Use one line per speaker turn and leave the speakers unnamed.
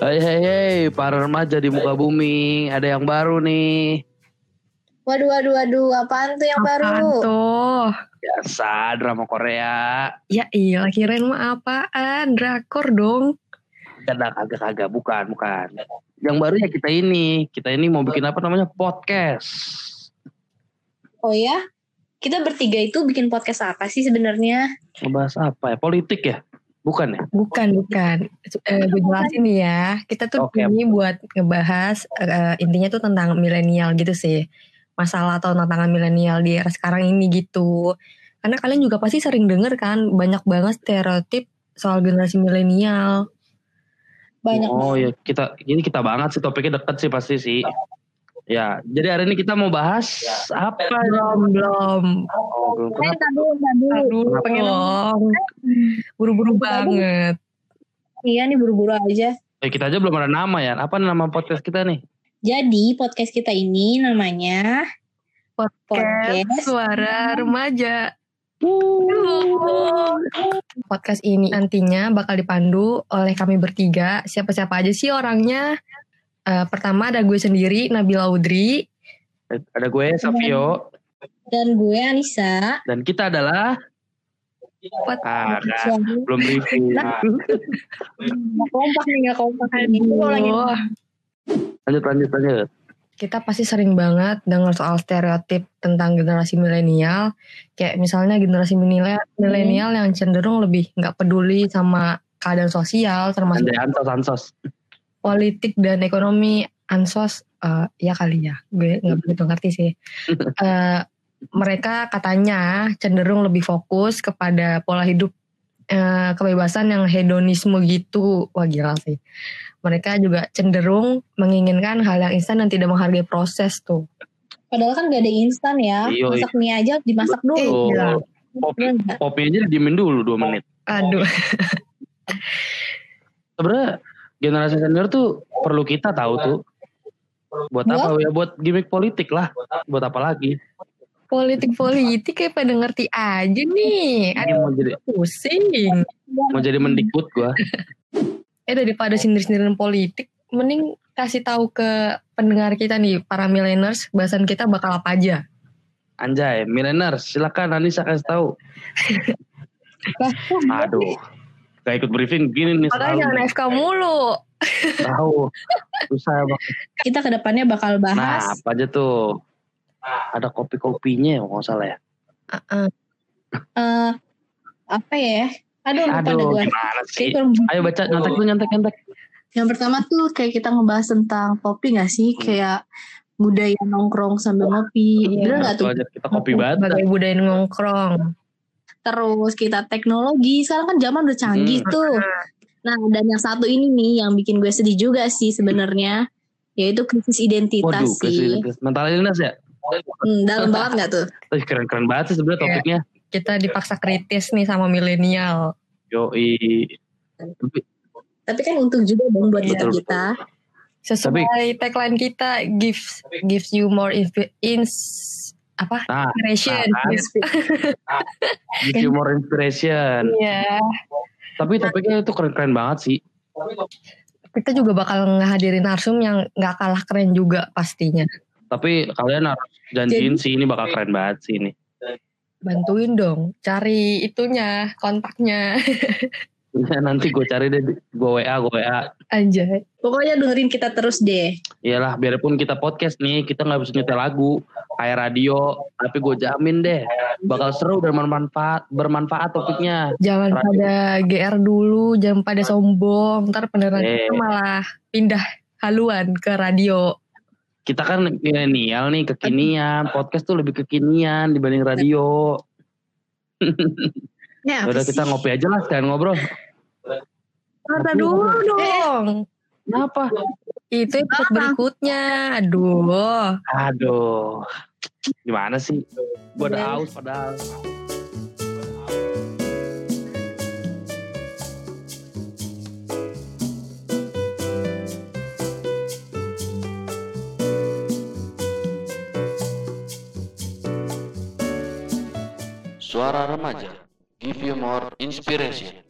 Hei hei hei, para remaja di muka bumi, ada yang baru nih.
Waduh, waduh, waduh, apaan tuh yang
Apaan
baru?
tuh?
Biasa drama Korea.
Ya iya, kirain mah apaan? Drakor dong.
Kagak kagak kagak, bukan bukan. Yang baru ya kita ini, kita ini mau bikin apa namanya podcast.
Oh ya, kita bertiga itu bikin podcast apa sih sebenarnya?
Ngebahas apa ya? Politik ya? Bukan ya?
Bukan, bukan. Eh, gue jelasin nih ya. Kita tuh
Oke.
ini buat ngebahas eh, intinya tuh tentang milenial gitu sih. Masalah atau tantangan milenial di era sekarang ini gitu. Karena kalian juga pasti sering denger kan banyak banget stereotip soal generasi milenial.
Banyak
oh
banget.
ya kita ini kita banget sih topiknya deket sih pasti sih. Ya, jadi hari ini kita mau bahas apa? ya?
Belum, belum.
Oh, belum
Eh,
kenapa?
ntar dulu, ntar dulu.
Aduh,
pengen-
belum. Buru-buru banget.
Iya nih buru-buru aja.
Eh, kita aja belum ada nama ya. Apa nama podcast kita nih?
Jadi podcast kita ini namanya
Podcast Suara Remaja. Podcast ini nantinya bakal dipandu oleh kami bertiga. Siapa-siapa aja sih orangnya? Eh, pertama ada gue sendiri, Nabila Audrey.
Eh, Ada gue Savio
dan gue Anissa.
dan kita adalah
Pot-
ah, nah,
Suami
belum review. Nah,
nggak kompak nih, nggak kompak nih. Gue lagi-
Aduh,
Lanjut lanjut lanjut.
kita pasti sering banget dengar soal stereotip tentang generasi milenial. Kayak misalnya generasi milenial milenial yang cenderung lebih nggak peduli sama keadaan sosial, termasuk
Andai Ansos Ansos.
politik dan ekonomi ansos eh, ya kali ya gue nggak begitu ngerti sih Eh, mereka katanya cenderung lebih fokus kepada pola hidup eh, kebebasan yang hedonisme gitu wah gila sih mereka juga cenderung menginginkan hal yang instan dan tidak menghargai proses tuh
Padahal kan gak ada instan
Iya,
ya.
iya.
Masak mie aja dimasak dulu.
Oh,
Iya.
kopi,
Eh, Iya nggak?
kopi aja didiemin dulu dua menit.
aduh
Sebenarnya generasi senior tuh perlu kita tahu tuh. Buat apa ya? Buat gimmick politik lah. Buat apa lagi?
politik politik kayak pada ngerti aja
Ini
nih aduh
mau jadi
pusing
mau jadi mendikbud gua.
eh daripada sindir-sindiran politik mending kasih tahu ke pendengar kita nih para millennials bahasan kita bakal apa aja
Ya, Anjay, millennials silakan Anissa kasih tahu.
Lah,
Aduh. Gak ikut briefing gini nih
makanya jangan
selalu.
FK mulu
Tahu. Susah banget.
Kita kedepannya bakal
Nah,
bahas
apa aja tuh? Ada kopi-kopinya ya, kalau nggak salah ya.
eh,
Nah.
apa ya? Aduh, lupa dah
Aduh,
gue.
gimana
Kayak
sih?
kurang
Ayo baca nyontek tuh nyontek nyontek.
Yang pertama tuh kayak kita ngebahas tentang kopi gak sih? Kayak budaya nongkrong sambil ngopi.
Hmm. Iya.
Bener gak
Satu
tuh?
aja kita kopi banget.
sebagai budaya nongkrong
Terus kita teknologi. Sekarang kan zaman udah canggih
Hmm.
tuh. Nah dan yang satu ini nih yang bikin gue sedih juga sih sebenarnya yaitu krisis identitas
Waduh,
sih.
krisis mental illness ya.
Hmm, dalam banget gak tuh?
Ih, keren-keren banget sih sebenarnya
Iya.
topiknya.
kita dipaksa kritis nih sama milenial
Yoi. Tapi
Tapi kan untuk juga dong buat
Iya.
kita.
Betul,
kita.
sesuai tagline kita gives gives you more inf- ins apa
Nah,
inspiration
nah, kan. give you more inspiration.
Iya.
Tapi topiknya itu keren-keren banget sih.
kita juga bakal ngehadirin narsum yang nggak kalah keren juga pastinya
Tapi kalian harus janjiin sih ini bakal keren banget sih ini.
bantuin dong cari itunya kontaknya
Nanti gue cari deh, gue WA, gue WA.
anjay
Pokoknya dengerin kita terus deh.
Iyalah, biarpun kita podcast nih, kita nggak bisa nyetel lagu, kayak radio. Tapi gue jamin deh, bakal seru dan bermanfaat, bermanfaat topiknya.
Jangan
Terakhir.
pada GR dulu, jangan pada sombong. Ntar beneran
Eh.
kita malah pindah haluan ke radio.
Kita kan milenial nih, kekinian. Podcast tuh lebih kekinian dibanding radio.
Ya,
Udah kita ngopi aja lah, sekalian ngobrol.
Kata dulu dong.
Kenapa?
Eh, Itu episode berikutnya. Aduh.
Aduh, gimana sih? Gue udah haus padahal.
Suara remaja, give you more inspiration.